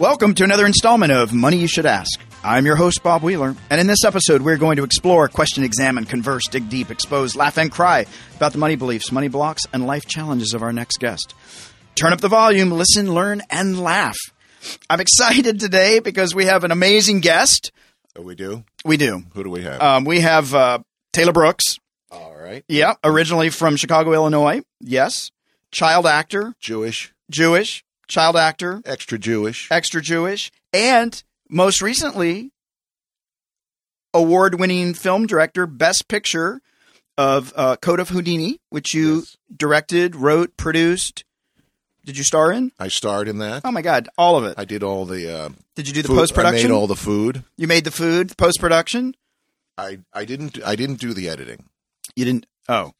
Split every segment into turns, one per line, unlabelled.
Welcome to another installment of Money You Should Ask. I'm your host, Bob Wheeler, and in this episode, we're going to explore, question, examine, converse, dig deep, expose, laugh, and cry about the money beliefs, money blocks, and life challenges of our next guest. Turn up the volume, listen, learn, and laugh. I'm excited today because we have an amazing guest.
Oh, we do?
We do.
Who do we have?
Um, we have uh, Taylor Brooks.
All right.
Yeah, originally from Chicago, Illinois. Yes. Child actor,
Jewish,
Jewish, child actor,
extra Jewish.
extra Jewish, and most recently, award winning film director, Best Picture of uh, Code of Houdini, which you
Yes.
directed, wrote, produced. Did you star in?
I starred in that.
Oh my God, all of it.
I did all the uh,
Did you do the
food-
post
I
production?
made all the food.
you made the food, post production?
I, I didn't I didn't do the editing.
You didn't. Oh.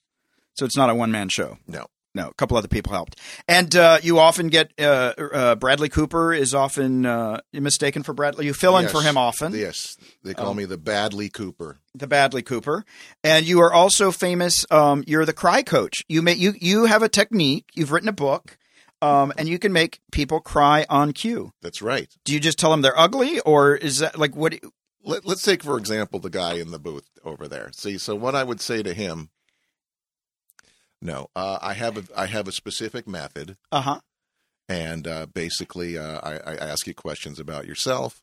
So it's not a one man show.
No.
No, a couple other people helped. And uh, you often get uh, uh, Bradley Cooper is often uh, mistaken for Bradley. You fill in for
Yes.
him often.
Yes, they call
Um,
me the Badly Cooper.
the Badley Cooper, and you are also famous. Um, you're the cry coach. You may you you have a technique. You've written a book, um, and you can make people cry on cue.
That's right.
Do you just tell them they're ugly, or is that like what?
Let, let's take for example the guy in the booth over there. See, so what I would say to him. No, uh, I have a I have a specific method,
Uh huh.
and uh, basically uh, I, I ask you questions about yourself,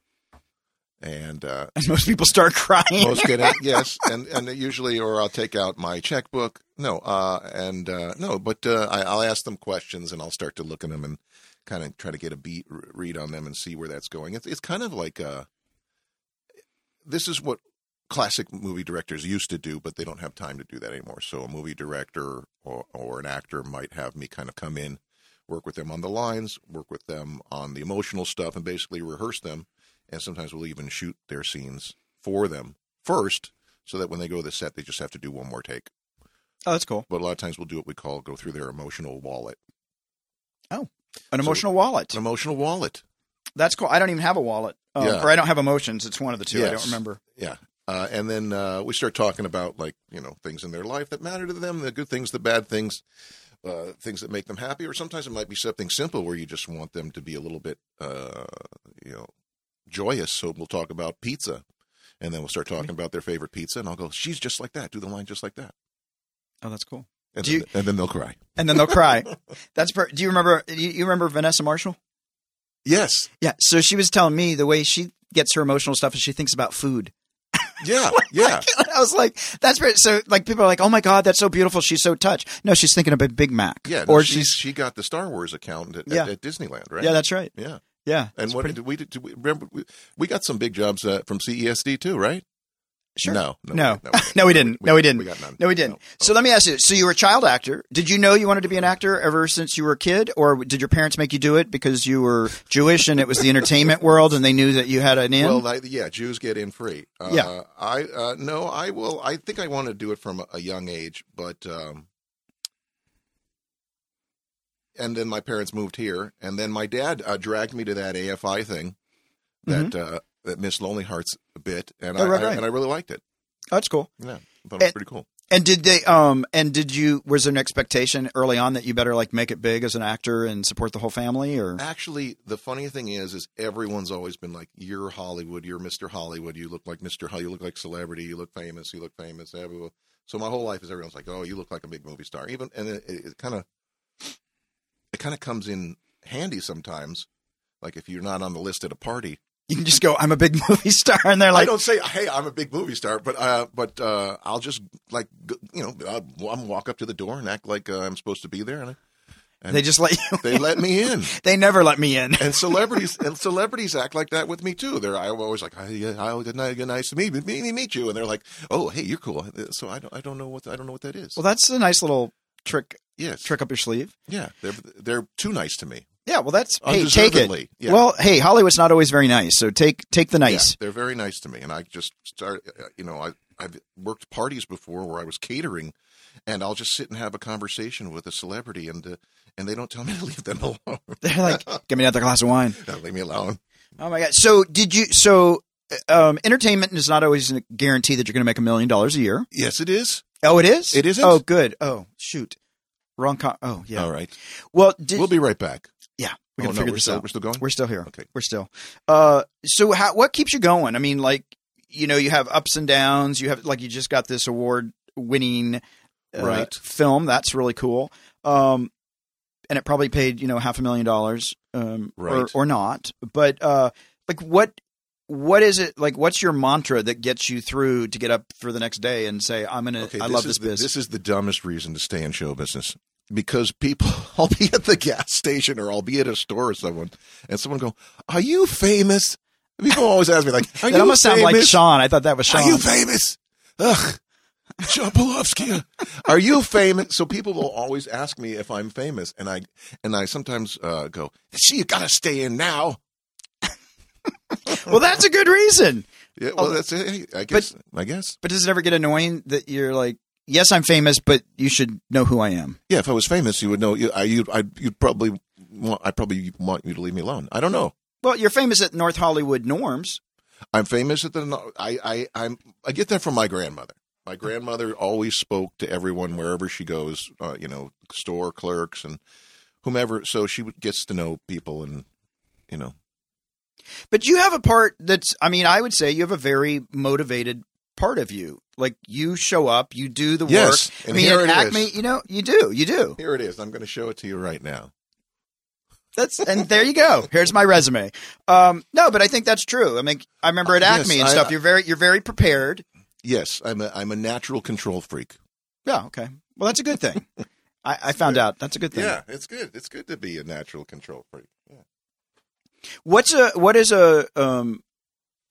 and uh,
And most people start crying.
Most get it, yes, and and it usually, or I'll take out my checkbook. No, uh, and uh, no, but uh, I, I'll ask them questions, and I'll start to look at them and kind of try to get a beat r- read on them and see where that's going. It's it's kind of like uh, this is what classic movie directors used to do, but they don't have time to do that anymore. So a movie director or or an actor might have me kind of come in, work with them on the lines, work with them on the emotional stuff, and basically rehearse them. And sometimes we'll even shoot their scenes for them first so that when they go to the set they just have to do one more take
oh, that's cool.
but a lot of times we'll do what we call go through their emotional wallet
An
So-
emotional wallet.
it's an emotional wallet
That's cool. I don't even have a wallet, um,
Yeah.
or I don't have emotions. It's one of the two. I
Yes.
don't remember.
yeah uh, and then uh, we start talking about like you know things in their life that matter to them the good things the bad things uh, things that make them happy or sometimes it might be something simple where you just want them to be a little bit uh, you know joyous so we'll talk about pizza and then we'll start talking about their favorite pizza and i'll go she's just like that do the line just like that
Oh, that's cool.
and,
Do
then,
you-
and then they'll cry
And then they'll cry. That's per- do you remember? You, you remember Vanessa Marshall?
yes
Yeah. So she was telling me the way she gets her emotional stuff is she thinks about food.
yeah yeah
I was like, that's pretty. So, like, people are like, oh my God, that's so beautiful. She's so touched. No, she's thinking of a Big Mac.
Yeah, no,
Or
she,
she's,
she got the Star Wars account at,
Yeah.
at, at Disneyland, right?
yeah, that's right.
yeah.
Yeah.
And
That's
what
pretty-
did we did, did we, remember we, we got some big jobs uh, from CESD too, right?
Sure.
No, no,
No.
we-
No, we didn't. No, we didn't.
We got none.
No, we didn't. So let me ask you. So you were a child actor. Did you know you wanted to be an actor ever since you were a kid, or did your parents make you do it because you were Jewish and it was the entertainment world and they knew that you had an in?
Well, I, yeah, Jews get in free. Uh,
Yeah.
I uh, no, I will. I think I want to do it from a, a young age, but um, and then my parents moved here, and then my dad uh, dragged me to that AFI thing that uh, that Miss Lonely Hearts bit, and
Mm-hmm. Oh,
I,
right,
I
right.
and I really liked it.
Oh, that's cool.
Yeah, I thought it was
And-
pretty cool.
And did they? Um, and did you? Was there an expectation early on that you better like make it big as an actor and support the whole family, or
Actually, the funny thing is, is everyone's always been like, "You're Hollywood. You're Mr. Hollywood. You look like Mr. Ho- you look like celebrity. You look famous. You look famous." blah, blah, blah. So my whole life is everyone's like, "Oh, you look like a big movie star." Even and it, it kind of it kind of comes in handy sometimes. Like if you're not on the list at a party,
you can just go, "I'm a big movie star," and they're
I
like,
don't say, "Hey, I'm a big movie star," but uh, but uh, I'll just like go- you know, I'll, I'm walk up to the door and act like uh, I'm supposed to be there, and I, and-
they just let you.
they let me in.
They never let me in.
and celebrities and celebrities act like that with me too. They're I'm always like, "Hi, yeah, hi, good night, good nice to meet, meet, meet meet you," and they're like, "Oh, hey, you're cool." So I don't, I don't know what I don't know what that is.
Well, that's a nice little trick
yes,
trick up your sleeve.
yeah, they're they're too nice to me.
Yeah, well, that's hey, take it.
Undeservedly, yeah.
Well, hey, Hollywood's not always very nice, so take take the nice.
Yeah, they're very nice to me, and I just start. You know, I I've worked parties before where I was catering, and I'll just sit and have a conversation with a celebrity, and uh, and they don't tell me to leave them alone.
They're like, give me another glass of wine.
Don't leave me alone.
Oh my god! So did you? So um, entertainment is not always a guarantee that you're going to make a million dollars a year.
Yes, it is.
Oh, it is.
It isn't?
Oh, good. Oh, shoot. Wrong. Co- oh, yeah.
All right,
Well, did,
we'll be right back.
yeah, We gotta
oh, no,
figure
we're
this
still,
out.
We're still going.
We're still here.
Okay.
We're still. Uh, so how, what keeps you going? I mean, like, you know, you have ups and downs. You have, like, you just got this award winning uh,
Right.
film. That's really cool. Um, and it probably paid, you know, half a million dollars, um,
Right.
or, or not. But, uh, like what, what is it like? What's your mantra that gets you through to get up for the next day and say, "I'm gonna,
Okay,
I love this
is the-
business."
This is the dumbest reason to stay in show business because people, I'll be at the gas station or I'll be at a store or someone, and someone go, "Are you famous?" People always ask me like, "Are
That
you
almost
famous?
sounds like Sean. I thought that was Sean.
Are you famous? Ugh, John Pulofsky. Are you famous? So people will always ask me if I'm famous, and I and I sometimes uh, go, "See, you gotta stay in now."
well, that's a good reason.
Yeah, well,
Oh,
that's it. I guess. I guess.
But does it ever get annoying that you're like, yes, I'm famous, but you should know who I am?
Yeah, if I was famous, you would know. You, I, you, I, you'd probably, want, I probably want you to leave me alone. I don't know.
Well, you're famous at North Hollywood norms.
I'm famous at the. I I I'm. I get that from my grandmother. My grandmother always spoke to everyone wherever she goes. Uh, you know, store clerks and whomever. So she would- gets to know people, and you know,
But you have a part that's, I mean, I would say you have a very motivated part of you. Like you show up, you do the
Yes,
work.
and
I mean,
here
at
it
Acme,
is.
you know, you do, you do.
here it is. I'm going to show it to you right now.
That's and there you go. Here's my resume. Um, no, but I think that's true. I mean, I remember at
Uh, yes,
Acme and
I-
stuff. You're very, you're very prepared.
Yes, I'm a I'm a natural control freak.
Yeah. Okay. Well, that's a good thing. I, I found out that's a good thing.
Yeah, it's good. It's good to be a natural control freak. Yeah.
What's a what is a um?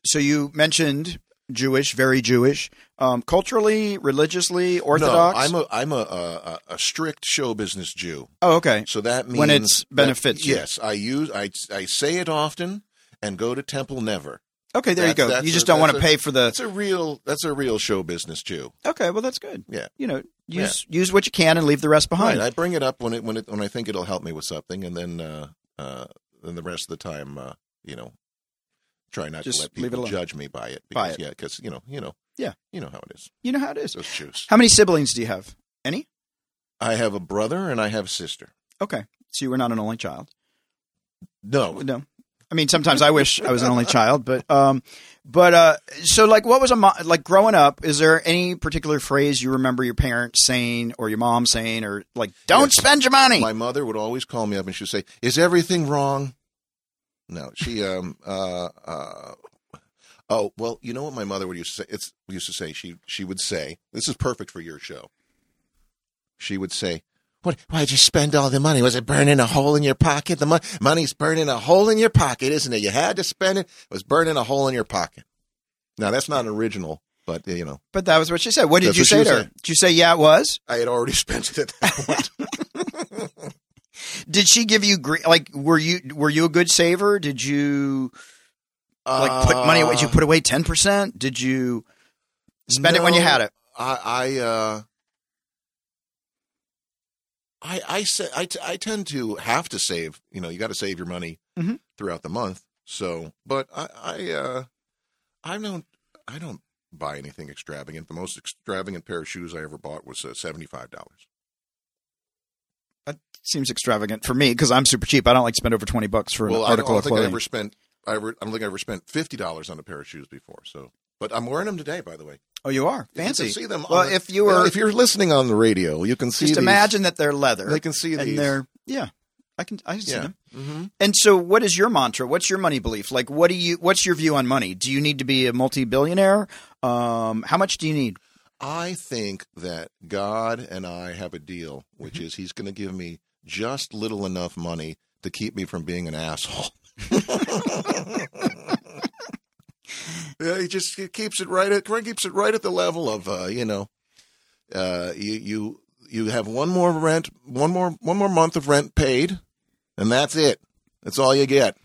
So you mentioned Jewish, very Jewish, um, culturally, religiously, Orthodox.
No, I'm a I'm a, a a- a strict show business Jew.
oh, okay.
So that means
When it's
that-
benefits you.
yes, I use I I say it often and go to temple never.
Okay, there you
That-
go.
that's
You
a-
just don't want to
that's
pay
a-
for the.
That's a real. That's a real show business Jew.
Okay, well that's good.
Yeah.
You know, use use what you can and leave the rest
Right.
behind.
I bring it up when it when it when I think it'll help me with something, and then uh, uh, then the rest of the time, uh, you know, try not
Just
to let
leave it
people
alone.
judge me by it.
By
Because, Yeah, because you know, you know,
Yeah.
you know how it is.
you know how it is.
Those Jews.
How many siblings do you have? Any?
I have a brother and I have a sister.
Okay, so you were not an only child.
No,
No. I mean, sometimes I wish I was an only child, but um, but uh, so like, what was a mo- like growing up? Is there any particular phrase you remember your parents saying or your mom saying or like, don't
Yes.
spend your money?
my mother would always call me up and she'd say, "Is everything wrong?" No, she um uh uh. Oh well, you know what my mother would used to say. It's used to say she she would say this is perfect for your show. She would say, "What? Why'd you spend all the money? Was it burning a hole in your pocket? The mon- money's burning a hole in your pocket, isn't it? You had to spend it. It was burning a hole in your pocket." Now that's not original, but uh, you know
but that was what she said. What did
That's
you
what she
say
was
to her?
saying.
Did you say yeah, it was?
I had already spent it at that point.
Did she give you gre- like were you were you a good saver? Did you like
Uh,
put money away? Did you put away ten percent? Did you spend it when you
No.
had it?
I I uh I I say I, t- I tend to have to save. You know, you got to save your money
Mhm.
throughout the month. So, but I I uh I don't I don't buy anything extravagant. The most extravagant pair of shoes I ever bought was uh, seventy five dollars.
That seems extravagant for me because I'm super cheap. I don't like to spend over twenty bucks for
Well,
an
I don't,
article
I don't
of
think I
clothing.
ever spent. I, re- I don't think I ever spent fifty dollars on a pair of shoes before. So, but I'm wearing them today, by the way.
oh, you are
If you can
fancy.
see them.
Well,
on the-
if you were-
if you're listening on the radio, you can see.
Just
these.
imagine that they're leather.
They can see
and
these.
they're yeah. I can I can see
Yeah.
them.
Mm-hmm.
And so, what is your mantra? What's your money belief? Like, what do you? What's your view on money? Do you need to be a multi-billionaire? Um, how much do you need?
I think that God and I have a deal, which is He's going to give me just little enough money to keep me from being an asshole. yeah, he just he keeps it right at right- keeps it right at the level of uh, you know, uh, you you you have one more rent, one more one more month of rent paid, and that's it. That's all you get.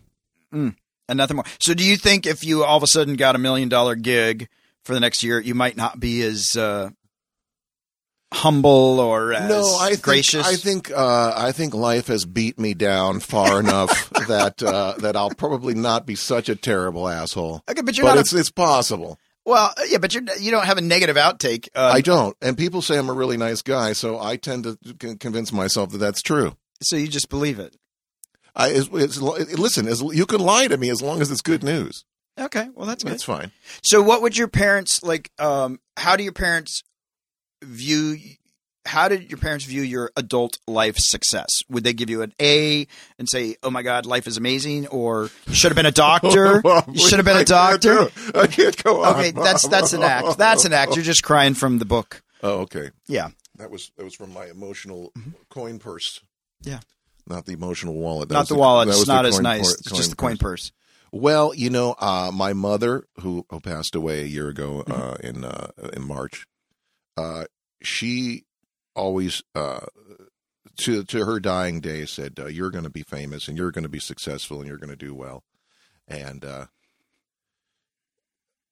And nothing more. So, do you think if you all of a sudden got a million-dollar gig for the next year, you might not be as uh, humble or as
no, I think,
gracious?
I think uh, I think life has beat me down far enough that uh, that I'll probably not be such a terrible asshole.
Okay, but you're
But
not.
it's
A,
it's possible.
well, yeah, but you're you don't have a negative outtake. Uh,
I don't, and people say I'm a really nice guy, so I tend to con- convince myself that that's true.
so you just believe it.
I it's, it's, listen, as, you can lie to me as long as it's good news.
Okay, well that's good.
That's fine.
So, what would your parents like? Um, how do your parents view? How did your parents view your adult life success? Would they give you an A and say, "Oh my God, life is amazing," or "You should have been a doctor.
Mom,
you should have been
I
a
can't
doctor."
do it. I can't go on.
Okay, that's
Mom.
that's an act. That's an act. You're just crying from the book.
Oh, okay.
Yeah.
That was that was from my emotional coin purse.
Mm-hmm. Yeah.
Not the emotional wallet. That
not
was
the wallet.
that
It's
was
not
the
as
coin
nice.
por-
it's just the coin purse.
Well, you know, uh, my mother, who, who passed away a year ago uh, in uh, in March, uh, she always uh, to to her dying day said, uh, "You're going to be famous, and you're going to be successful, and you're going to do well." And uh,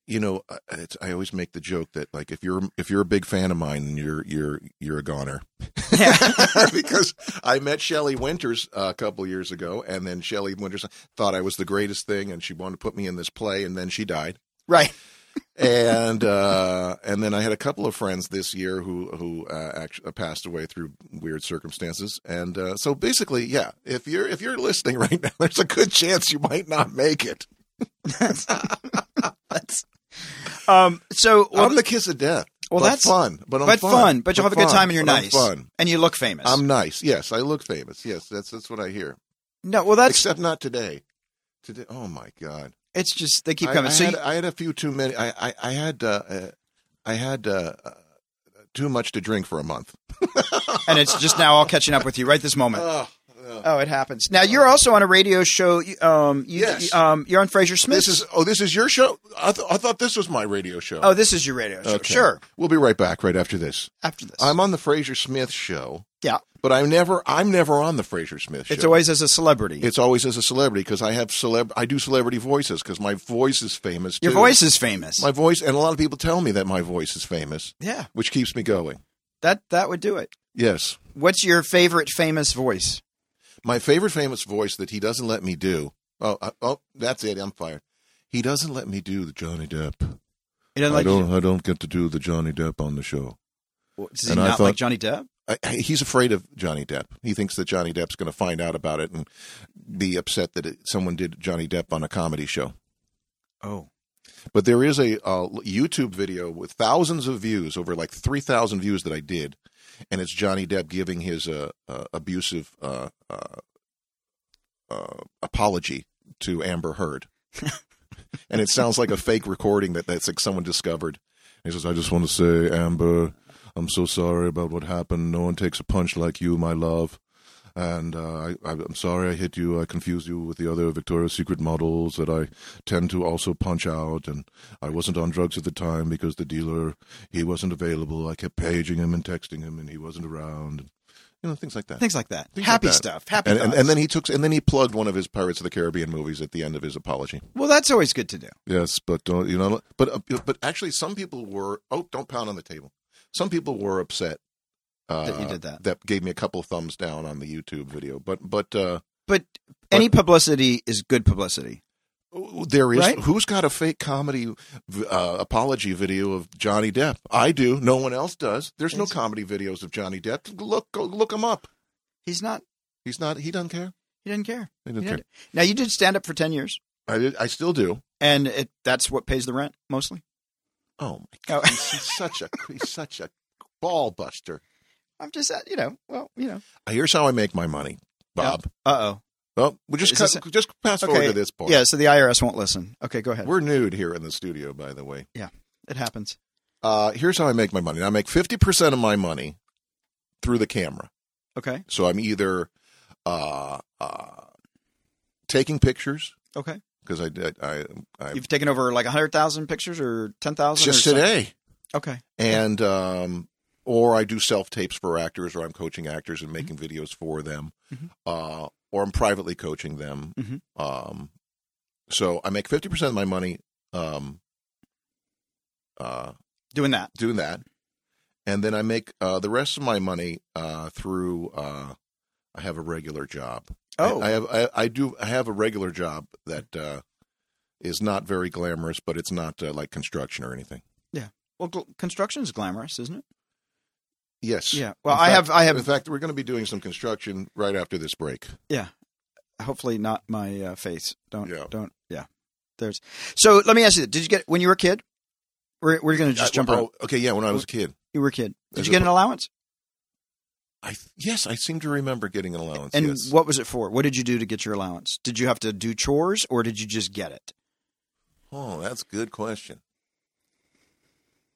you know, uh, it's, I always make the joke that like if you're if you're a big fan of mine, then you're you're you're a goner. because I met Shelley Winters uh, a couple years ago, and then Shelley Winters thought I was the greatest thing, and she wanted to put me in this play, and then she died.
Right.
And uh, and then I had a couple of friends this year who who uh, actually passed away through weird circumstances, and uh, so basically, yeah, if you're if you're listening right now, there's a good chance you might not make it.
That's- um. So well,
I'm the kiss of death.
Well,
but
that's-
fun, but I'm
but fun. But you'll have a good
fun,
time and you're
but I'm
nice.
Fun.
and you look famous.
I'm nice. Yes, I look famous. Yes, that's that's what I hear.
no. Well, that's
except not today. Today, oh my god!
it's just they keep
I-
coming.
I,
so
had,
you-
I had a few too many. I I, I had uh, uh, I had uh, uh, too much to drink for a month.
and it's just now all catching up with you right this moment.
Ugh, ugh.
Oh, it happens. Now you're also on a radio show. you- Um, you,
Yes.
um, you're on Fraser Smith.
this is oh, this is your show. I, th- I thought this was my radio show.
oh, this is your radio show.
Okay.
Sure.
We'll be right back right after this.
After this,
I'm on the Fraser Smith show,
yeah.
but I'm never I'm never on the Fraser Smith show.
It's always as a celebrity.
it's always as a celebrity because I have celeb I do celebrity voices because my voice is famous.
your
too.
voice is famous.
my voice, and a lot of people tell me that my voice is famous,
yeah.
which keeps me going.
That that would do it.
Yes.
What's your favorite famous voice?
My favorite famous voice that he doesn't let me do. Oh, I, oh, that's it. I'm fired. He doesn't let me do the Johnny Depp.
You know,
I
like,
don't. I don't get to do the Johnny Depp on the show.
does he
and I
not like
thought-
Johnny Depp?
I, I- he's afraid of Johnny Depp. He thinks that Johnny Depp's going to find out about it and be upset that it, someone did Johnny Depp on a comedy show.
Oh,
But there is a uh, YouTube video with thousands of views, over like three thousand views that I did, and it's Johnny Depp giving his uh, uh, abusive uh, uh, uh, apology to Amber Heard, and it sounds like a fake recording that that's like someone discovered. He says, "I just want to say, Amber, I'm so sorry about what happened. No one takes a punch like you, my love." and uh, I, I'm sorry I hit you. I confused you with the other Victoria's Secret models that I tend to also punch out. And I wasn't on drugs at the time because the dealer he wasn't available. I kept paging him and texting him, and he wasn't around. And, you know things like that.
things like that.
Things
Happy
like that.
stuff. Happy.
And, and,
thoughts.
and then he took and then he plugged one of his Pirates of the Caribbean movies at the end of his apology.
well, that's always good to do.
Yes, but don't you know? But uh, but actually, some people were. Oh, don't pound on the table. Some people were upset uh,
That you did that.
That gave me a couple thumbs down on the YouTube video. But but uh,
But any publicity is good publicity.
there is
Right?
who's got a fake comedy uh, apology video of Johnny Depp? I do. No one else does. There's no
Yes.
comedy videos of Johnny Depp. Look go, look him up.
He's not.
He's not. He doesn't care.
He didn't care.
He
He
doesn't care.
didn't- Now you did stand up for ten years,
I did, I still do.
and it, that's what pays the rent mostly.
Oh my
Oh,
god, he's such a he's such a ball buster.
I'm just, uh, you know, well, you know.
Here's how I make my money, Bob.
Uh oh.
Well, we just
Is
cut,
this
just pass forward
Okay.
to this part.
Yeah, so the IRS won't listen. Okay, go ahead.
we're nude here in the studio, by the way.
it happens.
Uh, here's how I make my money. I make fifty percent of my money through the camera.
Okay.
So I'm either uh, uh, taking pictures
Okay.
because I did I, I
You've taken over like 100,000 pictures or 10,000
just
or something?
today,
Okay.
and um, or I do self tapes for actors, or I'm coaching actors and making
Mm-hmm.
videos for them,
Mhm.
uh, or I'm privately coaching them.
Mhm.
Um, so I make fifty percent of my money um, uh,
Doing that.
doing that, and then I make uh, the rest of my money uh, through. Uh, I have a regular job.
Oh.
I, I have I, I do I have a regular job that uh, is not very glamorous, but it's not uh, like construction or anything.
well, gl- construction's glamorous, isn't it?
Yes.
Yeah. Well,
In
I
fact-
have I
In
have
fact, we're going to be doing some construction right after this break.
yeah. hopefully not my uh, face. Don't
Yeah.
don't yeah. There's so let me ask you: this. Did you get when you were a kid? We're we're gonna just
I-
jump
oh,
around.
Okay, yeah, when I was a kid.
You were a kid. Did
As
you
a
get an
pro-
allowance?
I yes, I seem to remember getting an allowance.
And
yes.
what was it for? What did you do to get your allowance? Did you have to do chores or did you just get it?
Oh, that's a good question.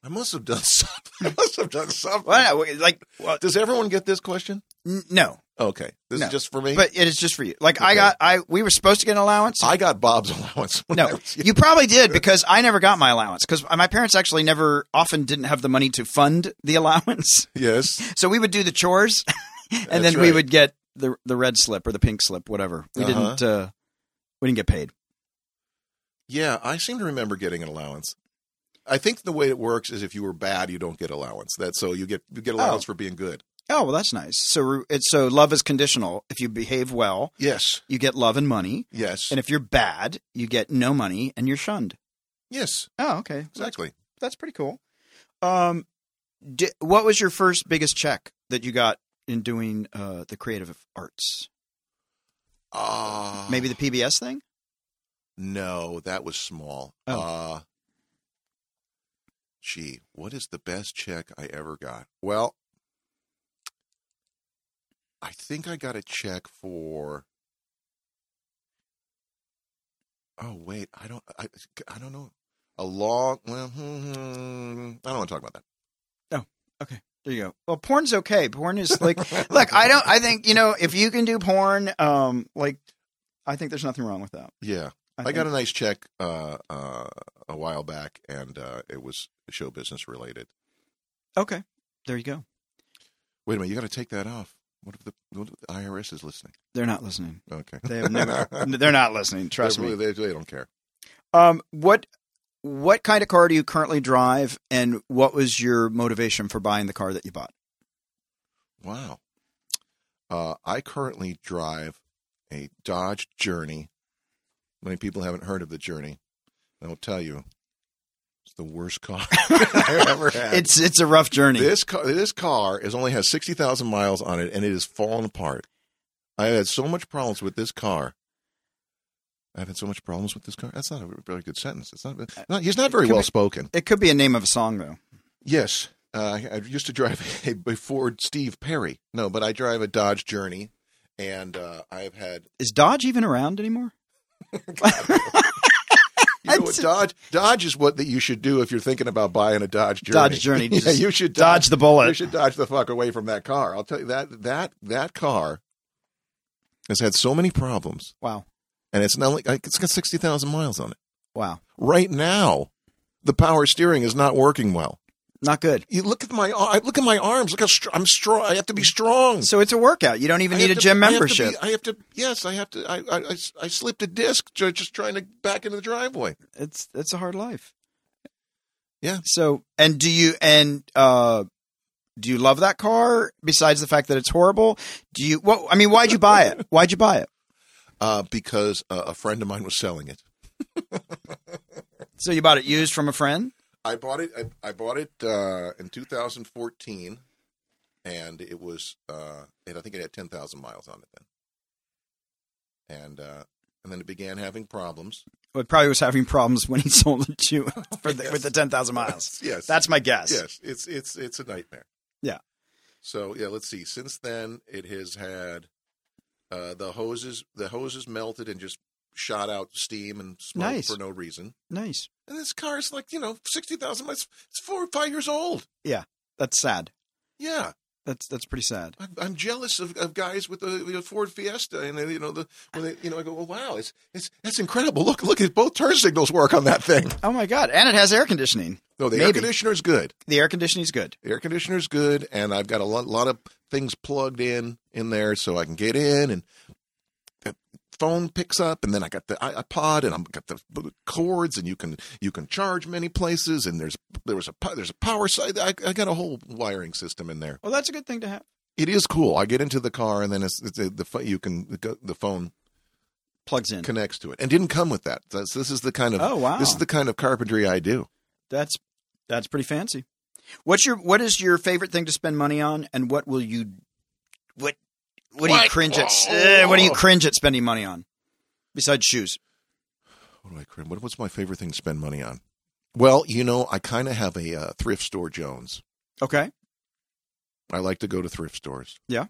I must have done something. I must have done something.
Well, no, like well,
Does everyone get this question?
n- no,
Okay, this
No,
is just for me.
but it is just for you. Like I
Okay.
got I we were supposed to get an allowance.
I got Bob's allowance. when I
no,
was-
you probably did because I never got my allowance because my parents actually never often didn't have the money to fund the allowance.
yes,
So we would do the chores, and
That's
then we
right.
would get the the red slip or the pink slip, whatever. We
Uh-huh.
didn't uh, we didn't get paid.
yeah, I seem to remember getting an allowance. I think the way it works is if you were bad, you don't get allowance. That so you get you get allowance for being good.
Oh well, that's nice. So re- it's so love is conditional. If you behave well,
Yes,
you get love and money,
yes,
and if you're bad, you get no money and you're shunned.
yes,
Oh, okay, So that's
exactly.
that's pretty cool. Um, di- what was your first biggest check that you got in doing uh, the creative arts?
Ah,
Maybe the PBS thing.
No, that was small.
Oh.
Uh gee, what is the best check I ever got? Well, I think I got a check for Oh wait, I don't I I don't know. A long well, hmm, I don't want to talk about that.
There you go. Well, porn's okay. Porn is like Look, I don't. I think you know if you can do porn, um, like I think there's nothing wrong with that.
Yeah. I,
think-
got a nice check uh uh a while back and uh it was show business related.
Okay, there you go.
Wait a minute, you got to take that off. What if the, what if the IRS is listening?
They're not listening.
Okay.
They have never. they're not listening. Trust
they,
me.
They, they don't care.
Um, what what kind of car do you currently drive, and what was your motivation for buying the car that you bought?
Wow. Uh, I currently drive a Dodge Journey. Many people haven't heard of the Journey. I'll tell you, it's the worst car I ever had.
It's it's a rough journey.
this car. This car is only has sixty thousand miles on it, and it is falling apart. I had so much problems with this car. I've had so much problems with this car. That's not a very good sentence. It's not. not he's not
Uh,
very
Can we-
well spoken.
it could be a name of a song though.
Yes. Uh, I I used to drive a a Ford Steve Perry. No, but I drive a Dodge Journey, and uh, I've had
Is Dodge even around anymore?
you know what
That's-
Dodge. Dodge is what that you should do if you're thinking about buying a Dodge Journey.
Dodge Journey,
yeah,
just
you should
Dodge the
You
bullet.
should dodge the fuck away from that car. I'll tell you that that that car has had so many problems,
Wow,
and it's not like it's got sixty thousand miles on it
wow,
right now. The power steering is not working well.
not good.
You look at my ar- look at my arms. Look how str- I'm strong. I have to be strong.
So it's a workout. You don't even
Hmm. I
need a
have to-
gym
I have to
membership.
be- I have to, yes, I have to. I, I- I s- I slipped a disc ju- just trying to back into the driveway.
it's it's a hard life.
Yeah.
So and do you and uh do you love that car besides the fact that it's horrible? Do you what I mean, why'd you buy it? Why'd you buy it?
Uh, because uh, a friend of mine was selling it.
So you bought it used from a friend?
I bought it. I, I bought it uh, in 2014, and it was. Uh, and I think it had 10,000 miles on it then. And uh, and then it began having problems.
Well, it probably was having problems when he sold it to you for the,
Yes.
with the ten thousand miles.
yes,
That's my guess.
yes. It's it's it's a nightmare.
Yeah.
So yeah, let's see. Since then, it has had uh, the hoses. The hoses melted and just shot out steam and smoke
Nice.
for no reason.
Nice.
And this car is like you know sixty thousand miles. It's four or five years old.
That's sad.
Yeah,
That's that's pretty sad.
I'm, I'm jealous of, of guys with the you know, Ford Fiesta, and they, you know the when they you know I go, well, wow, it's it's that's incredible. Look, look, at both turn signals work on that thing.
Oh my god. And it has air conditioning.
No, the air
Maybe.
conditioner's good.
The air conditioning's good.
The air conditioner's good, and I've got a lot, lot of things plugged in in there, so I can get in and the phone picks up, and then I got the i- iPod, and I've got the bl- cords, and you can you can charge many places, and there's there was a po- there's a power side. I, I got a whole wiring system in there.
Well that's a good thing to have.
It is cool. I get into the car, and then it's, it's the, the pho- you can the, go- the phone
Plugs in.
connects to it, and didn't come with that. That's, this is the kind of
Oh wow.
this is the kind of carpentry I do.
That's that's pretty fancy. What's your what is your favorite thing to spend money on, and what will you what What do you cringe at? Uh, what do you cringe at spending money on? Besides shoes,
What do I cringe? What, what's my favorite thing to spend money on? Well, you know, I kind of have a uh, thrift store Jones.
okay.
I like to go to thrift stores.
Yeah.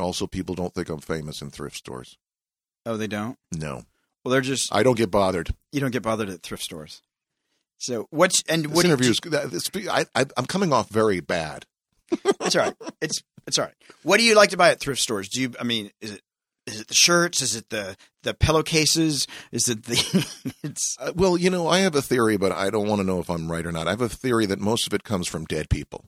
Also, people don't think I'm famous in thrift stores.
Oh, they don't.
No,
Well, they're just
I don't get bothered.
you don't get bothered at thrift stores. So what's and
This
what do you-
interview is. that- this- I, I, I'm coming off very bad.
It's all right. It's it's all right. What do you like to buy at thrift stores? Do you? I mean, is it is it the shirts? Is it the the pillowcases? Is it the? it's
Uh, well, you know, I have a theory, but I don't want to know if I'm right or not. I have a theory that most of it comes from dead people.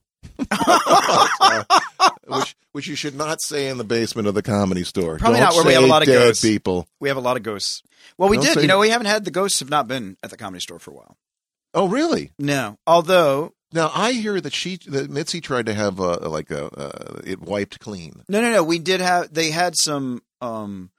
which which you should not say in the basement of the comedy store.
Probably
Don't
not where we have a
say
lot of
dead
ghosts.
people.
we have a lot of ghosts. Well, we
Don't
did.
say
You know, we haven't had the ghosts have not been at the comedy store for a while.
Oh, really?
No, although
Now I hear that she that Mitzi tried to have uh like a uh, it wiped clean.
no, no, no. We did have. They had some. um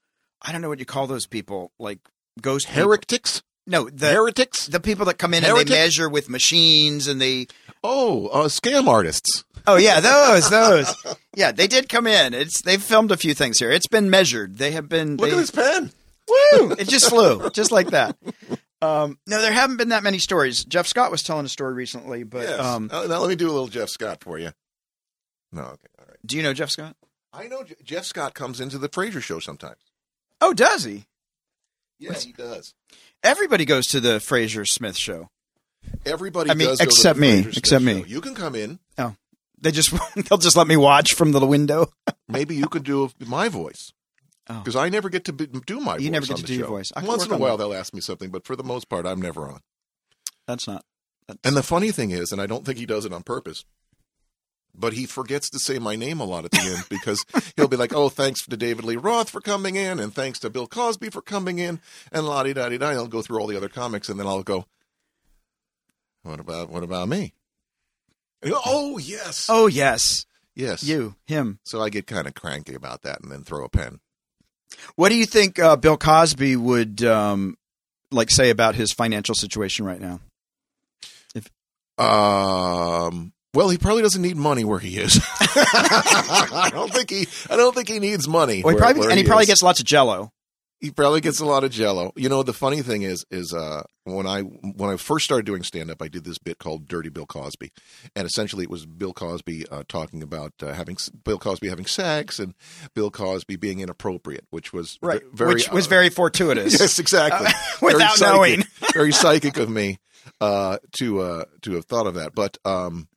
I don't know what you call those people, like ghost people.
Heretics,
No, the
heretics.
the people that come in and
Heretic?
they measure with machines and they.
Oh, uh, scam artists.
Oh yeah, those those. Yeah, they did come in. It's they've filmed a few things here. It's been measured. They have been.
Look
they-
at this pen.
Woo! It just flew, just like that. Um, no, there haven't been that many stories. Jeff Scott was telling a story recently, but
Yes.
um,
Uh, now let me do a little Jeff Scott for you. No, okay, all right.
do you know Jeff Scott?
I know Je- Jeff Scott comes into the Fraser show sometimes.
Oh, does he?
Yeah, he does.
Everybody goes to the Fraser Smith show.
Everybody.
I mean,
does go to the
except me.
Fraser Smith
Except me.
show. You can come in.
They just they'll just let me watch from the window.
Maybe you could do my voice.
Oh.
Because I never get to be, do my voice.
You never get
on
to
the
do your
show.
voice. I could
Once
work
in a
on
while, they'll ask me something, but for the most part, I'm never on.
That's not. That's,
And the funny thing is, and I don't think he does it on purpose, but he forgets to say my name a lot at the end because he'll be like, "Oh, thanks to David Lee Roth for coming in, and thanks to Bill Cosby for coming in, and la di da di da." I'll go through all the other comics, and then I'll go, "What about what about me?" And he'll, oh yes,
oh yes,
yes,
you him.
So I get kind of cranky about that, and then throw a pen.
What do you think uh, Bill Cosby would um, like say about his financial situation right now?
Um. Well, he probably doesn't need money where he is. I don't think he. I don't think he needs money.
Well, he
where-
probably,
where
and he, probably
is.
gets lots of Jello.
he probably gets a lot of jello. You know, the funny thing is, is uh, when I when I first started doing stand up, I did this bit called "Dirty Bill Cosby," and essentially it was Bill Cosby uh, talking about uh, having s- Bill Cosby having sex and Bill Cosby being inappropriate, which was ve- very
which was
uh,
very fortuitous.
yes, exactly, Very
Uh, without
psychic-
knowing.
very psychic of me uh, to uh, to have thought of that. But um,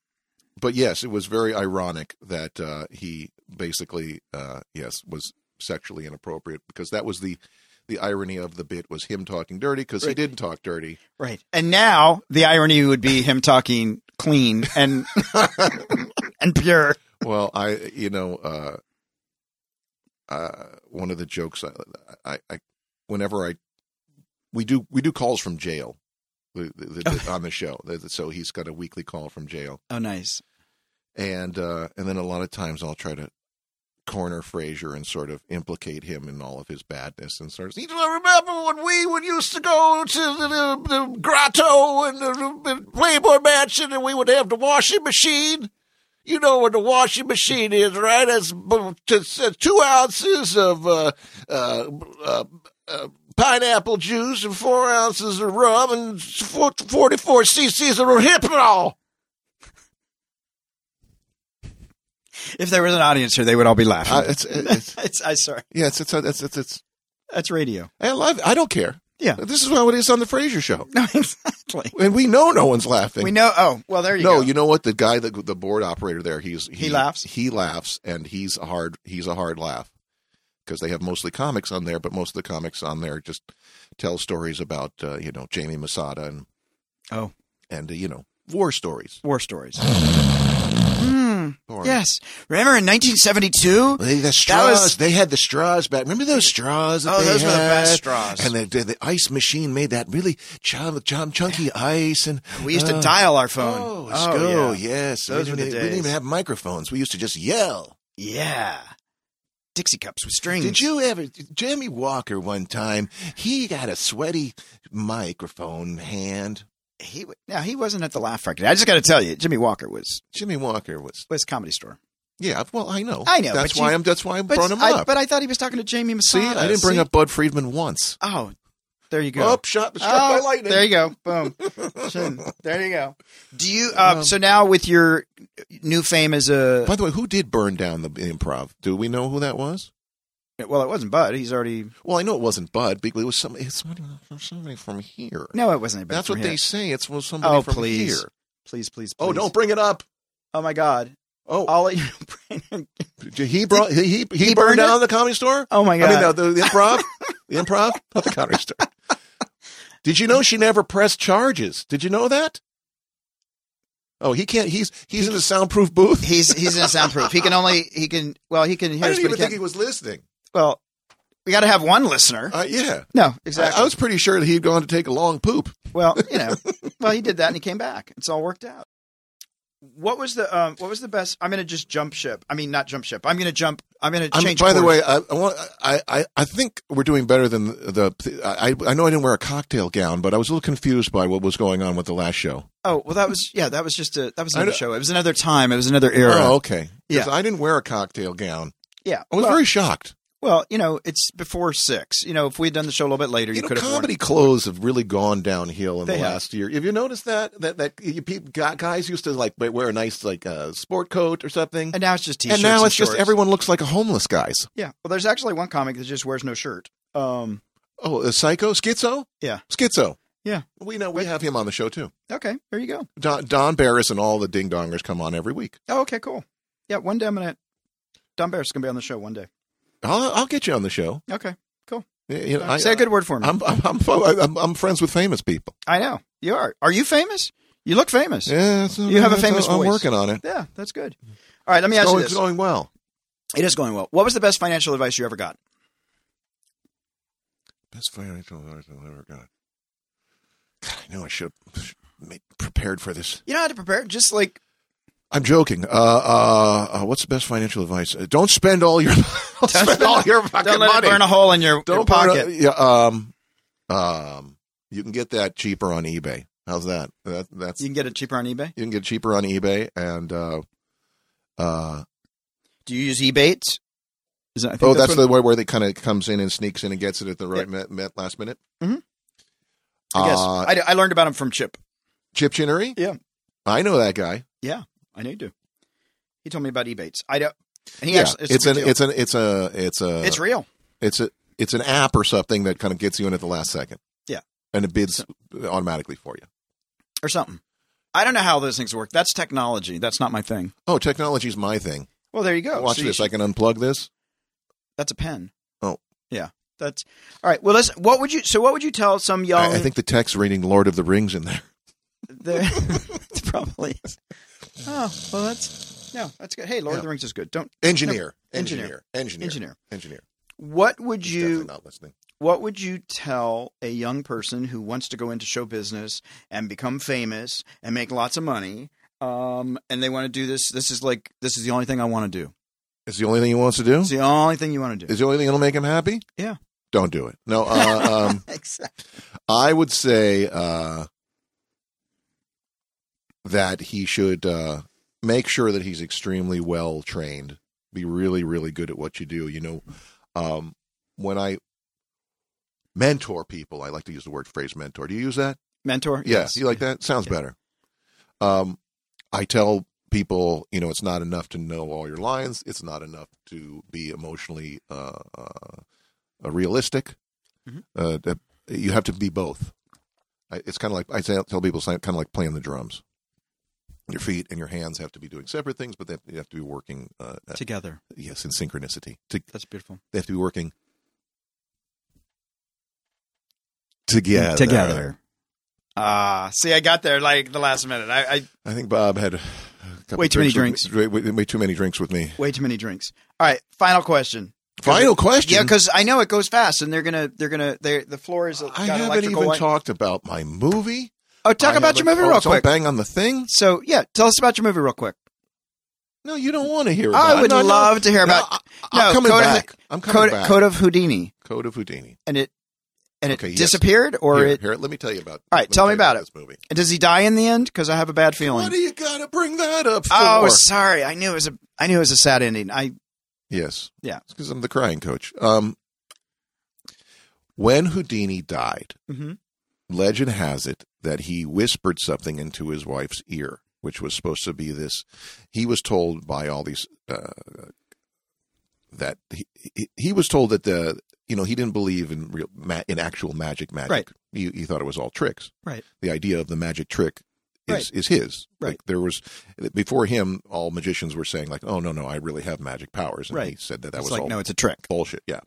but yes, it was very ironic that uh, he basically uh, yes was sexually inappropriate because that was the the irony of the bit was him talking dirty because he
Right.
didn't talk dirty.
Right. And now the irony would be him talking clean and and pure.
Well, I you know uh, uh, one of the jokes I, I, I whenever I we do we do calls from jail. The, the, the, on the show, so he's got a weekly call from jail,
Oh, nice.
and uh, and then a lot of times I'll try to corner Frazier and sort of implicate him in all of his badness and sort of. You don't remember when we would used to go to the, the, the grotto and the, the Playboy Mansion, and we would have the washing machine. You know what the washing machine is, right? That's b- t- t- two ounces of uh, uh, uh, uh, pineapple juice and four ounces of rum and four- 44 cc's of Hypnol.
If there was an audience here, they would all be laughing.
Uh, it's, it's,
it's, I'm sorry.
Yeah, it's it's it's it's. it's
That's radio.
I love. I don't care.
Yeah.
this is how it is on the Fraser Show,
No, exactly.
and we know no one's laughing.
We know. Oh, well, there you
no,
go.
you know what? The guy, the the board operator there, he's he,
laughs?
He laughs, and he's a hard he's a hard laugh because they have mostly comics on there, but most of the comics on there just tell stories about uh, you know Jamie Masada and
Oh.
and uh, you know war stories.
War stories. Hmm,
Or,
Yes. Remember in 1972?
They, the straws. they had the straws back. Remember those straws? That
Oh,
they
those were the
had?
best straws.
And the, the, the ice machine made that really chum, chum, chunky ice. And
We used
oh.
to dial our phone.
Oh, let's go.
Yeah.
Yes.
Those
we,
were
didn't,
the
we didn't even
days.
have microphones. We used to just yell.
Yeah. Dixie cups with strings.
Did you ever? Jimmy Walker one time, he got a sweaty microphone hand.
He, w- no, he wasn't at the Laugh Factory. I just got to tell you, Jimmy Walker was
Jimmy Walker was
was Comedy Store.
Yeah, well, I know.
I know,
That's
but
why
you-
I'm. That's why I'm
But
bringing him
I,
up.
but I thought he was talking to Jamie
see,
Masada.
I didn't bring
See?
up Bud Friedman once.
Oh, there you go.
Oh, shot, struck by
Oh,
lightning.
There you go. Boom. Shun. there you go. Do you? Uh,
Um,
so now with your new fame as a
By the way, who did burn down the improv? Do we know who that was?
well, it wasn't Bud. He's already
Well, I know it wasn't Bud. Because it was some, it's somebody, somebody from here.
no, it wasn't. anybody
That's
from
what
here.
they say. It's was somebody
Oh,
from
please.
here.
Please, please, please.
Oh, don't bring it up.
Oh my God.
Oh,
I'll let you.
he brought he he, he,
He
burned
burned
down the comedy store.
oh my God.
I mean, no, the, the improv, the improv, not the comedy store. Did you know she never pressed charges? Did you know that? Oh, he can't. He's he's in a soundproof booth.
He's he's in a soundproof. He can only he can well he can hear.
I
us, but
didn't even
he
think
can't-
he was listening.
well, we got to have one listener.
Uh, yeah,
no,
I,
exactly.
I was pretty sure that he'd gone to take a long poop.
well, you know, well he did that and he came back. It's all worked out. What was the um, what was the best? I'm going to just jump ship. I mean, not jump ship. I'm going to jump. I'm going to
I'm-
change.
by the
course.
way, I, I want I, I I think we're doing better than the. the I I know I didn't wear a cocktail gown, but I was a little confused by what was going on with the last show.
Oh well, that was yeah, that was just a that was
I
another
don't-
show. It was another time. It was another era.
Oh, okay.
Yeah.
'Cause I didn't wear a cocktail gown.
yeah.
I was
well,
very shocked.
well, you know, it's before six. You know, if we had done the show a little bit later, you,
You know,
could have.
comedy clothes have really gone downhill in
They
the
have.
last year. Have you noticed that? That that you, people, guys used to like wear a nice like uh, sport coat or something,
And now it's just t-shirts.
and now it's just
shorts.
everyone looks like a homeless guys.
Yeah. Well, there's actually one comic that just wears no shirt. Um.
Oh, a psycho, schizo,
Yeah.
schizo.
Yeah.
we know we have him on the show too.
Okay. There you go.
Don, Don Barris and all the ding dongers come on every week.
Oh, okay. Cool. Yeah. One day I'm gonna. Don Barris is gonna be on the show one day.
I'll, I'll get you on the show.
Okay.
You know, I,
Say a good word for me.
I'm I'm, I'm, fo- I'm I'm friends with famous people.
I know you are. Are you famous? You look famous.
Yeah, so-
You have a
so
famous
I'm
voice.
working on it.
Yeah, that's good. All right. Let me
It's
ask
going,
you
it's
this.
going well.
It is going well. What was the best financial advice you ever got?
Best financial advice I've ever got. God, I know I should have made- prepared for this.
You know how to prepare. Just like
I'm joking. Uh, uh, uh, what's the best financial advice? Uh, don't spend all your don't spend
spend-
all your fucking
don't let
money.
it burn a hole in your, your
don't burn
pocket.
a- yeah, um, um, you can get that cheaper on eBay. How's that? that that's
You
you
can get it cheaper on eBay.
can get it cheaper on eBay and uh, uh,
Do you use Ebates? Is that, I think
oh, that's,
what-
the way where they kind of comes in and sneaks in and gets it at the right minute last minute.
Mhm.
Uh,
I guess. I, d- I learned about him from Chip.
Chip Chinnery?
Yeah.
I know that guy.
I know you do. He told me about Ebates. I don't. And he
yeah,
actually,
it's,
it's, a
an
good deal.
it's an it's a it's a
It's real.
it's a it's an app or something that kind of gets you in at the last second.
Yeah.
and it bids automatically for you.
or something. I don't know how those things work. That's technology. That's not my thing.
Oh, technology's my thing.
Well, there you go.
Watch
So you
this.
should-
I can unplug this.
that's a pen.
Oh.
yeah. That's all right. Well, listen. What would you? So, what would you tell some young?
I, I think the text reading Lord of the Rings in there.
the, it's probably. is. Oh well, that's no. That's good. Hey, Lord of the Rings is good. Don't
Engineer, engineer,
Engineer.
engineer,
engineer.
engineer.
What would
He's
you?
definitely not listening.
What would you tell a young person who wants to go into show business and become famous and make lots of money? Um, and they want to do this. This is like this is the only thing I want to do.
Is the only thing he wants to do?
It's the only thing you want to do.
Is the only thing that'll make him happy?
Yeah.
Don't do it. No. Uh, um,
Exactly.
I would say uh, that he should uh, make sure that he's extremely well trained. Be really, really good at what you do. You know, um, when I mentor people, I like to use the word phrase mentor. Do you use that?
Mentor.
Yeah, you like that? Sounds
Yeah.
better. Um, I tell people, you know, it's not enough to know all your lines. It's not enough to be emotionally uh, uh, realistic.
Mhm.
Uh, that you have to be both. I, it's kind of like I tell, tell people, it's kind of like playing the drums. Your feet and your hands have to be doing separate things, but they have, you have to be working. Uh, uh,
together.
yes, in synchronicity. To,
That's beautiful.
they have to be working together.
Ah, see, I got there like the last minute. I, I
I think Bob had a couple
Way
of
too many
with- Way, way too many drinks with me.
way too many drinks. All right, final question.
Final
Yeah,
question.
because I know it goes fast, and they're gonna they're gonna they the floor is got
I haven't
electrical
even
wire-
talked about my movie.
Oh, talk
I
about your
haven't-
movie
oh,
real
don't
quick.
Bang on the thing.
So yeah, tell us about your movie real quick.
No, you don't want to hear. About
I
it.
would
No, no.
love to hear
No,
about
I, am
no,
coming
Code of-
back. I'm coming
Code,
back.
Code of Houdini,
Code of Houdini.
and it and it
Okay, yes.
disappeared, or
here,
it
here, let me tell you about.
All right,
let
tell me
tell you
about it.
This movie.
does he die in the end? Because I have a bad feeling.
What do you gotta bring that up for?
Oh, sorry, I knew it was a I knew it was a sad ending. I
Yes.
Yeah.
It's because I'm the crying coach. Um, when Houdini died,
Mhm.
legend has it that he whispered something into his wife's ear, which was supposed to be this. He was told by all these uh, that he, he, he was told that the you know he didn't believe in real ma- in actual magic magic.
Right.
He, he thought it was all tricks.
Right.
The idea of the magic trick. Is,
Right.
is his
Right.
Like there was before him, all magicians were saying like, "Oh no, no, I really have magic powers." And he
Right.
said that that
was
was
like,
all
no, it's a trick.
bullshit. Yeah.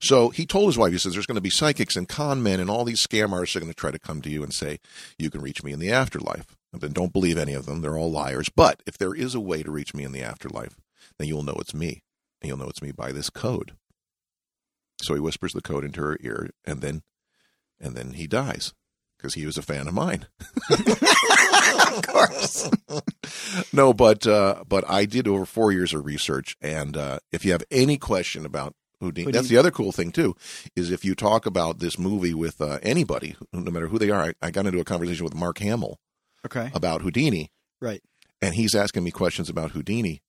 So he told his wife, he says, there's going to be psychics and con men and all these scam artists are going to try to come to you and say, you can reach me in the afterlife. And then don't believe any of them. They're all liars. But if there is a way to reach me in the afterlife, then you'll know it's me. And you'll know it's me by this code. So he whispers the code into her ear and then, and then he dies because he was a fan of mine.
of course.
no, but uh, but I did over four years of research, and uh, if you have any question about Houdini,
Houdini.
that's the other cool thing too, is if you talk about this movie with uh, anybody, who- no matter who they are. I, I got into a conversation with Mark Hamill
Okay.
about Houdini,
Right.
and he's asking me questions about Houdini.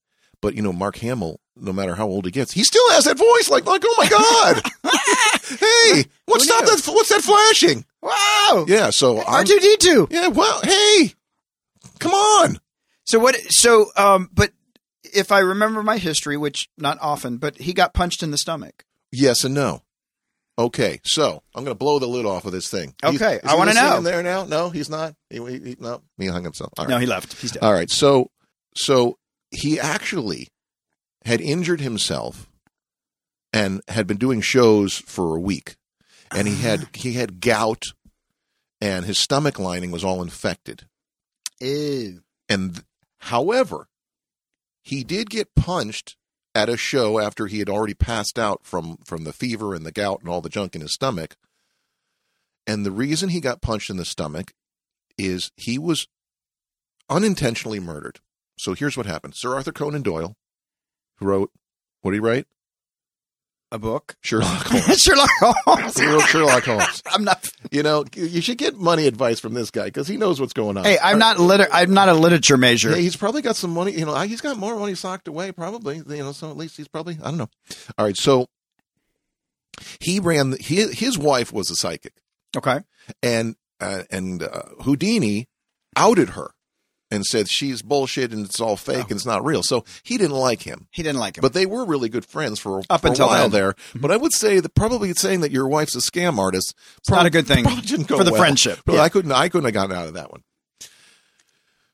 But you know, Mark Hamill, no matter how old he gets, he still has that voice. Like, like, oh my god, hey, what's
Who
stop
knew?
that? What's that flashing?
Wow.
Yeah, so
R
I'm,
two D two.
yeah, well, hey, come on,
So what? So um, but if I remember my history, which not often, but he got punched in the stomach.
Yes and no. Okay, so I'm going to blow the lid off of this thing. He's-
Okay,
is
I
he
wanna
listening
know.
in There now? No, he's not. He, he- he- no, he hung himself. All right.
No, he left. He's dead.
All right. So, so he actually had injured himself and had been doing shows for a week, and he had he had gout, and his stomach lining was all infected.
Ew.
And th- however, he did get punched at a show after he had already passed out from from the fever and the gout and all the junk in his stomach. And the reason he got punched in the stomach is he was unintentionally murdered. So here's what happened. Sir Arthur Conan Doyle wrote what did he write?
A book.
Sherlock Holmes.
Sherlock Holmes.
He wrote Sherlock Holmes.
I'm not.
You know, you should get money advice from this guy because he knows what's going on.
Hey, I'm not liter. I'm not a literature major.
Yeah, he's probably got some money. You know, he's got more money socked away, probably. You know, so at least he's probably I don't know. All right, so he ran. The, he, his wife was a psychic,
Okay.
and uh, and uh, Houdini outed her and said she's bullshit and it's all
Oh.
fake and it's not real. So he didn't like him,
He didn't like him.
but they were really good friends for,
Up
for
until
a
then.
while
Mm-hmm.
there. But I would say that probably saying that your wife's a scam artist
it's not a good thing
probably didn't go
for the
well.
friendship.
But
Yeah.
I couldn't. I couldn't have gotten out of that one.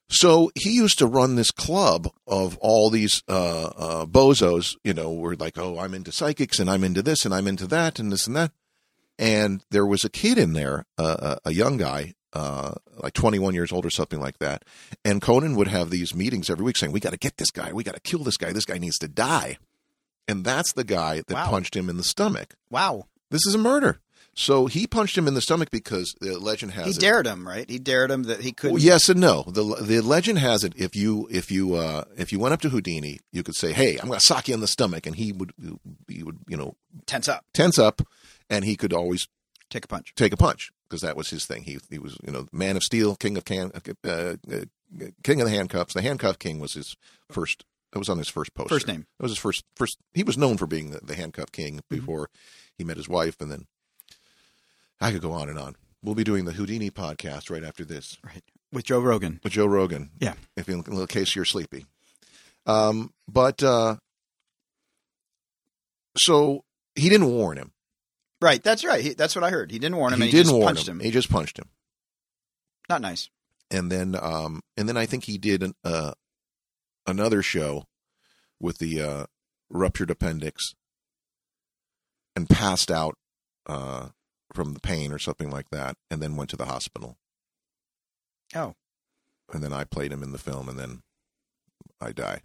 So he used to run this club of all these uh, uh, bozos. You know, were like, oh, I'm into psychics, and I'm into this, and I'm into that, and this and that. And there was a kid in there, uh, a a young guy, uh, like 21 years old or something like that. And Conan would have these meetings every week saying, "We got to get this guy. We got to kill this guy. This guy needs to die." And that's the guy that
Wow.
punched him in the stomach.
Wow.
This is a murder. So he punched him in the stomach because the legend has
He
it.
dared him, right? He dared him that he couldn't.
Well, yes and no. the The legend has it if you if you uh, if you went up to Houdini, you could say, "Hey, I'm going to sock you in the stomach," and he would he would you know
Tense up.
tense up, and he could always
Take a punch.
take a punch because that was his thing. He he was you know man of steel, king of can, uh, uh, king of the handcuffs. The handcuff king was his first. That was on his first poster.
First name. Mm-hmm.
It was his first first. He was known for being the, the handcuff king before he met his wife, and then I could go on and on. We'll be doing the Houdini podcast right after this
Right. With Joe Rogan.
with Joe Rogan.
Yeah.
if in, in case you're sleepy. Um, but uh, so he didn't warn him.
Right. That's right. He, that's what I heard. He didn't warn him.
he
and
didn't
just
warn
punched him.
He just punched him.
Not nice.
and then um and then I think he did an, uh another show with the uh ruptured appendix and passed out uh from the pain or something like that and then went to the hospital.
Oh.
And then I played him in the film and then I die.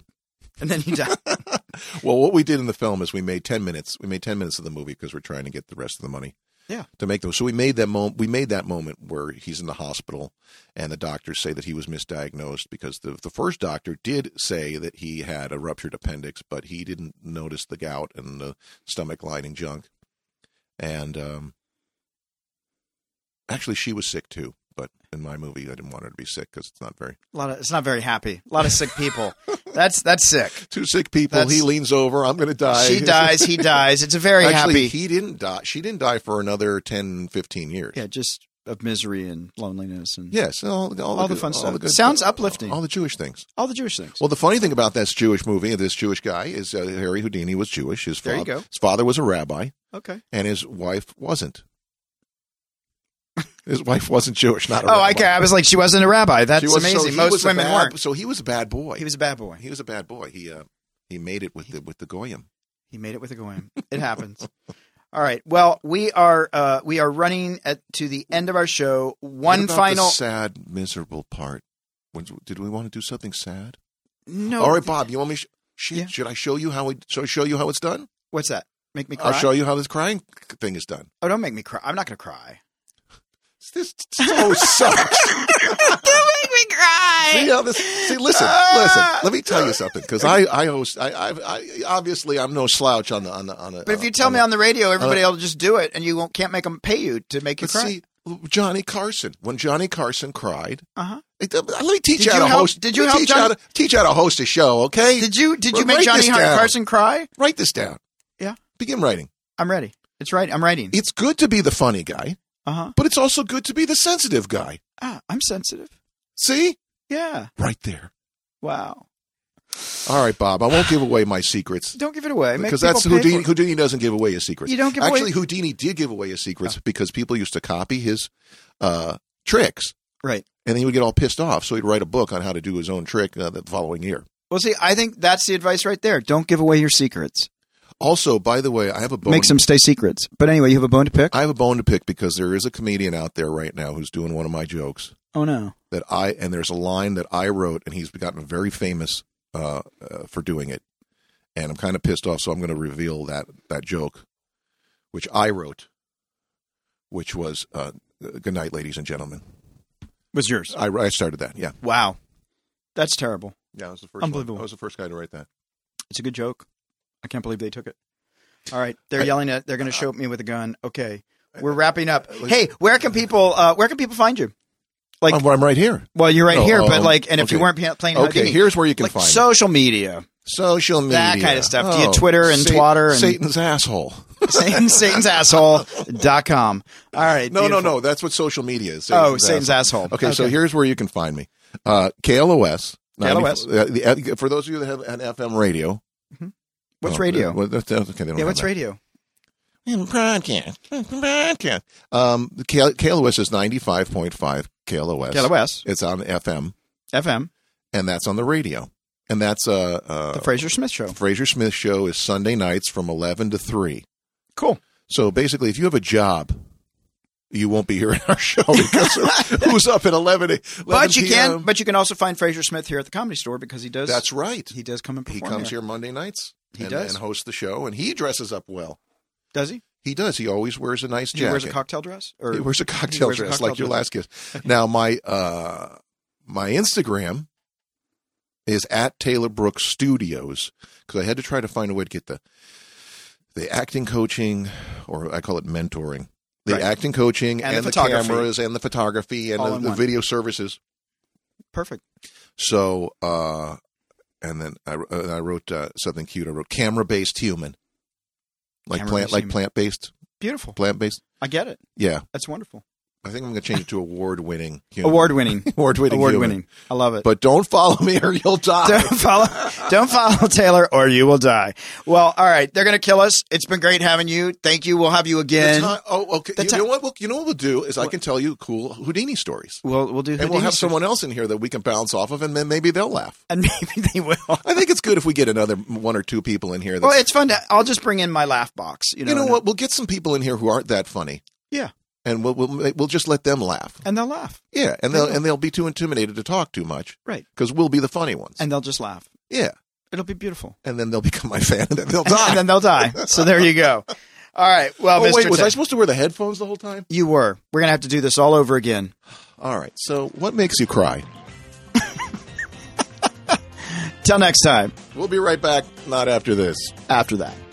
And then he died.
Well, what we did in the film is we made 10 minutes. We made 10 minutes of the movie because we're trying to get the rest of the money.
Yeah.
To make those. So we made that moment we made that moment where he's in the hospital and the doctors say that he was misdiagnosed because the the first doctor did say that he had a ruptured appendix, but he didn't notice the gout and the stomach lining junk. And um actually she was sick too, but in my movie, I didn't want her to be sick because it's not very
A lot of it's not very happy. A lot of sick people. that's that's sick.
two sick people.
That's-
he leans over. I'm going to die.
She dies. He dies. It's a very
Actually,
happy.
he didn't die. She didn't die for another 10, 15 years.
Yeah, just of misery and loneliness and
Yes, all, all,
All the
the, good-
fun
all
stuff.
the good-
Sounds uplifting.
All the Jewish things.
all the Jewish things.
Well, the funny thing about this Jewish movie, this Jewish guy, is uh, Harry Houdini was Jewish. His
There you
father,
go.
his father was a rabbi,
okay.
and his wife wasn't. His wife wasn't Jewish. Not a
Oh,
rabbi.
okay. I was like, she wasn't a rabbi. That's
She was- so
amazing.
he was
Most
a
women
bad-
weren't.
So he was a bad boy.
He was a bad boy.
He was a bad boy. He uh, he made it with the with the goyim.
He made it with a goyim. It happens. All right. Well, we are uh, we are running at, to the end of our show.
What
One
about
final
the sad, miserable part. When, did we want to do something sad?
no.
All right, Bob, you want me? Sh- shit,
Yeah.
Should I show you how we? Should I show you how it's done?
What's that? Make me cry.
I'll show you how this crying thing is done.
Oh, don't make me cry. I'm not going to cry.
This so Oh, sucks.
don't make me cry.
See how this? See, listen, listen. Let me tell you something, because I, I host. I, I, I, obviously, I'm no slouch on the on the on the.
But if you tell me
the-
on the radio, everybody will just do it, and you won't, can't make them pay you to make you
Uh, But
cry.
see, Johnny Carson. When Johnny Carson cried,
Uh huh.
Hey, th- let me teach
Did
you how
you
to
help-
host.
did you
let me
help
teach
Johnny-
how to teach you how to host a show? Okay,
Did you did you
Well,
make
write
Johnny
this down.
Carson cry?
write this down.
Yeah.
begin writing.
I'm ready. It's right. I'm writing.
It's good to be the funny guy,
Uh huh.
but it's also good to be the sensitive guy.
Ah, I'm sensitive.
See,
Yeah.
right there.
Wow.
All right, Bob. I won't give away my secrets
Don't give it away. Make
because that's
people pay
Houdini.
for it.
Houdini doesn't give away his secrets.
You don't give
Actually,
away.
Houdini did give away his secrets because people used to copy his uh, tricks,
Right.
and then he would get all pissed off. So he'd write a book on how to do his own trick uh, the following year.
Well, see, I think that's the advice right there. Don't give away your secrets.
Also, by the way, I have a bone.
Makes them stay secrets. But anyway, you have a bone to pick.
I have a bone to pick because there is a comedian out there right now who's doing one of my jokes
oh no.
that I and there's a line that I wrote and he's gotten very famous uh, uh, for doing it, and I'm kind of pissed off, so I'm going to reveal that that joke, which I wrote, which was uh, "Good night, ladies and gentlemen."
Was yours?
I, I started that, yeah,
Wow. That's terrible.
yeah, I was the first.
Unbelievable.
One. I was the first guy to write that.
It's a good joke. I can't believe they took it. All right, they're
I-
yelling at. They're going to show me with a gun. Okay, we're wrapping up.
Uh,
Hey, where can people? Uh, where can people find you? Like-
I'm, I'm right here.
Well, you're right
Oh,
here, but
um,
like, and if you
okay.
weren't pa- playing
Okay,
Houdini,
here's where you can
like
find me.
social media,
social media, Oh,
that kind of stuff. Do you Twitter and Twatter and-
Satan's asshole?
Satan, Satan's asshole dot com. All right,
No,
beautiful.
no, no. That's what social media is.
Oh, Satan's asshole.
Okay, so here's where you can find me. Uh, KLOS.
KLOS.
90 uh, the- uh, for those of you that have an FM radio.
what's
Oh,
radio?
uh, well, that's- that's- okay, they don't
yeah,
have
what's
that.
radio?
Mm, Broadcast. Mm, Broadcast. Um, the K- KLOS is 95.5 KLOS.
KLOS
It's on FM,
FM,
and that's on the radio. And that's uh, uh,
the Fraser Smith Show.
Fraser Smith show is Sunday nights from 11 to 3.
Cool.
So basically, if you have a job, you won't be hearing our show because of who's up at 11 a- 11
But you
PM?
can, but you can also find Fraser Smith here at the Comedy Store because he does.
um, That's right.
he does come and
He
perform.
comes here Monday nights.
He
and,
does.
and hosts the show, and he dresses up well.
does he?
He does. He always wears a nice
He
jacket.
wears a cocktail dress, or
He wears a
He
cocktail
wears a
dress,
cocktail
like your
dress.
last kiss. Now my uh my Instagram is at Taylor Brooks Studios because I had to try to find a way to get the the acting coaching, or I call it mentoring. The
Right.
acting coaching
And
and,
the
the,
photography.
cameras and the photography and
All
the,
in
the
one.
video services.
perfect.
So, uh, and then I, uh, I wrote uh, something cute. I wrote camera based human, like plant
Camera-based
like
human.
plant based,
Beautiful.
plant based.
I get it.
Yeah,
That's wonderful.
I think I'm going to change it to award winning human.
Award winning.
award winning
Award winning. I love it.
But don't follow me or you'll die.
don't follow don't follow Taylor or you will die. Well, all right, they're gonna kill us. It's been great having you. Thank you. We'll have you
The
again.
ti- oh, okay.
the
You,
ti-
know what? We'll, you know what we'll do is I can tell you cool Houdini stories,
We'll we'll do
and we'll
Houdini
have
soon.
someone else in here that we can bounce off of, and then maybe they'll laugh.
and maybe they will.
I think it's good if we get another one or two people in here. That,
Well, it's fun to. I'll just bring in my laugh box. You know,
you know
and-
what? We'll get some people in here who aren't that funny,
Yeah,
and we'll we'll, we'll just let them laugh.
and they'll laugh.
Yeah, and they'll and they'll be too intimidated to talk too much
Right,
because we'll be the funny ones.
and they'll just laugh.
yeah,
It'll be beautiful.
and then they'll become my fan, and then they'll
and
die.
then they'll die. So there you go. All right. Well,
oh
Mr.
wait, was
Ted-
I supposed to wear the headphones the whole time?
you were. We're gonna have to do this all over again.
All right. So what makes you cry?
Till next time.
We'll be right back. Not after this.
After that.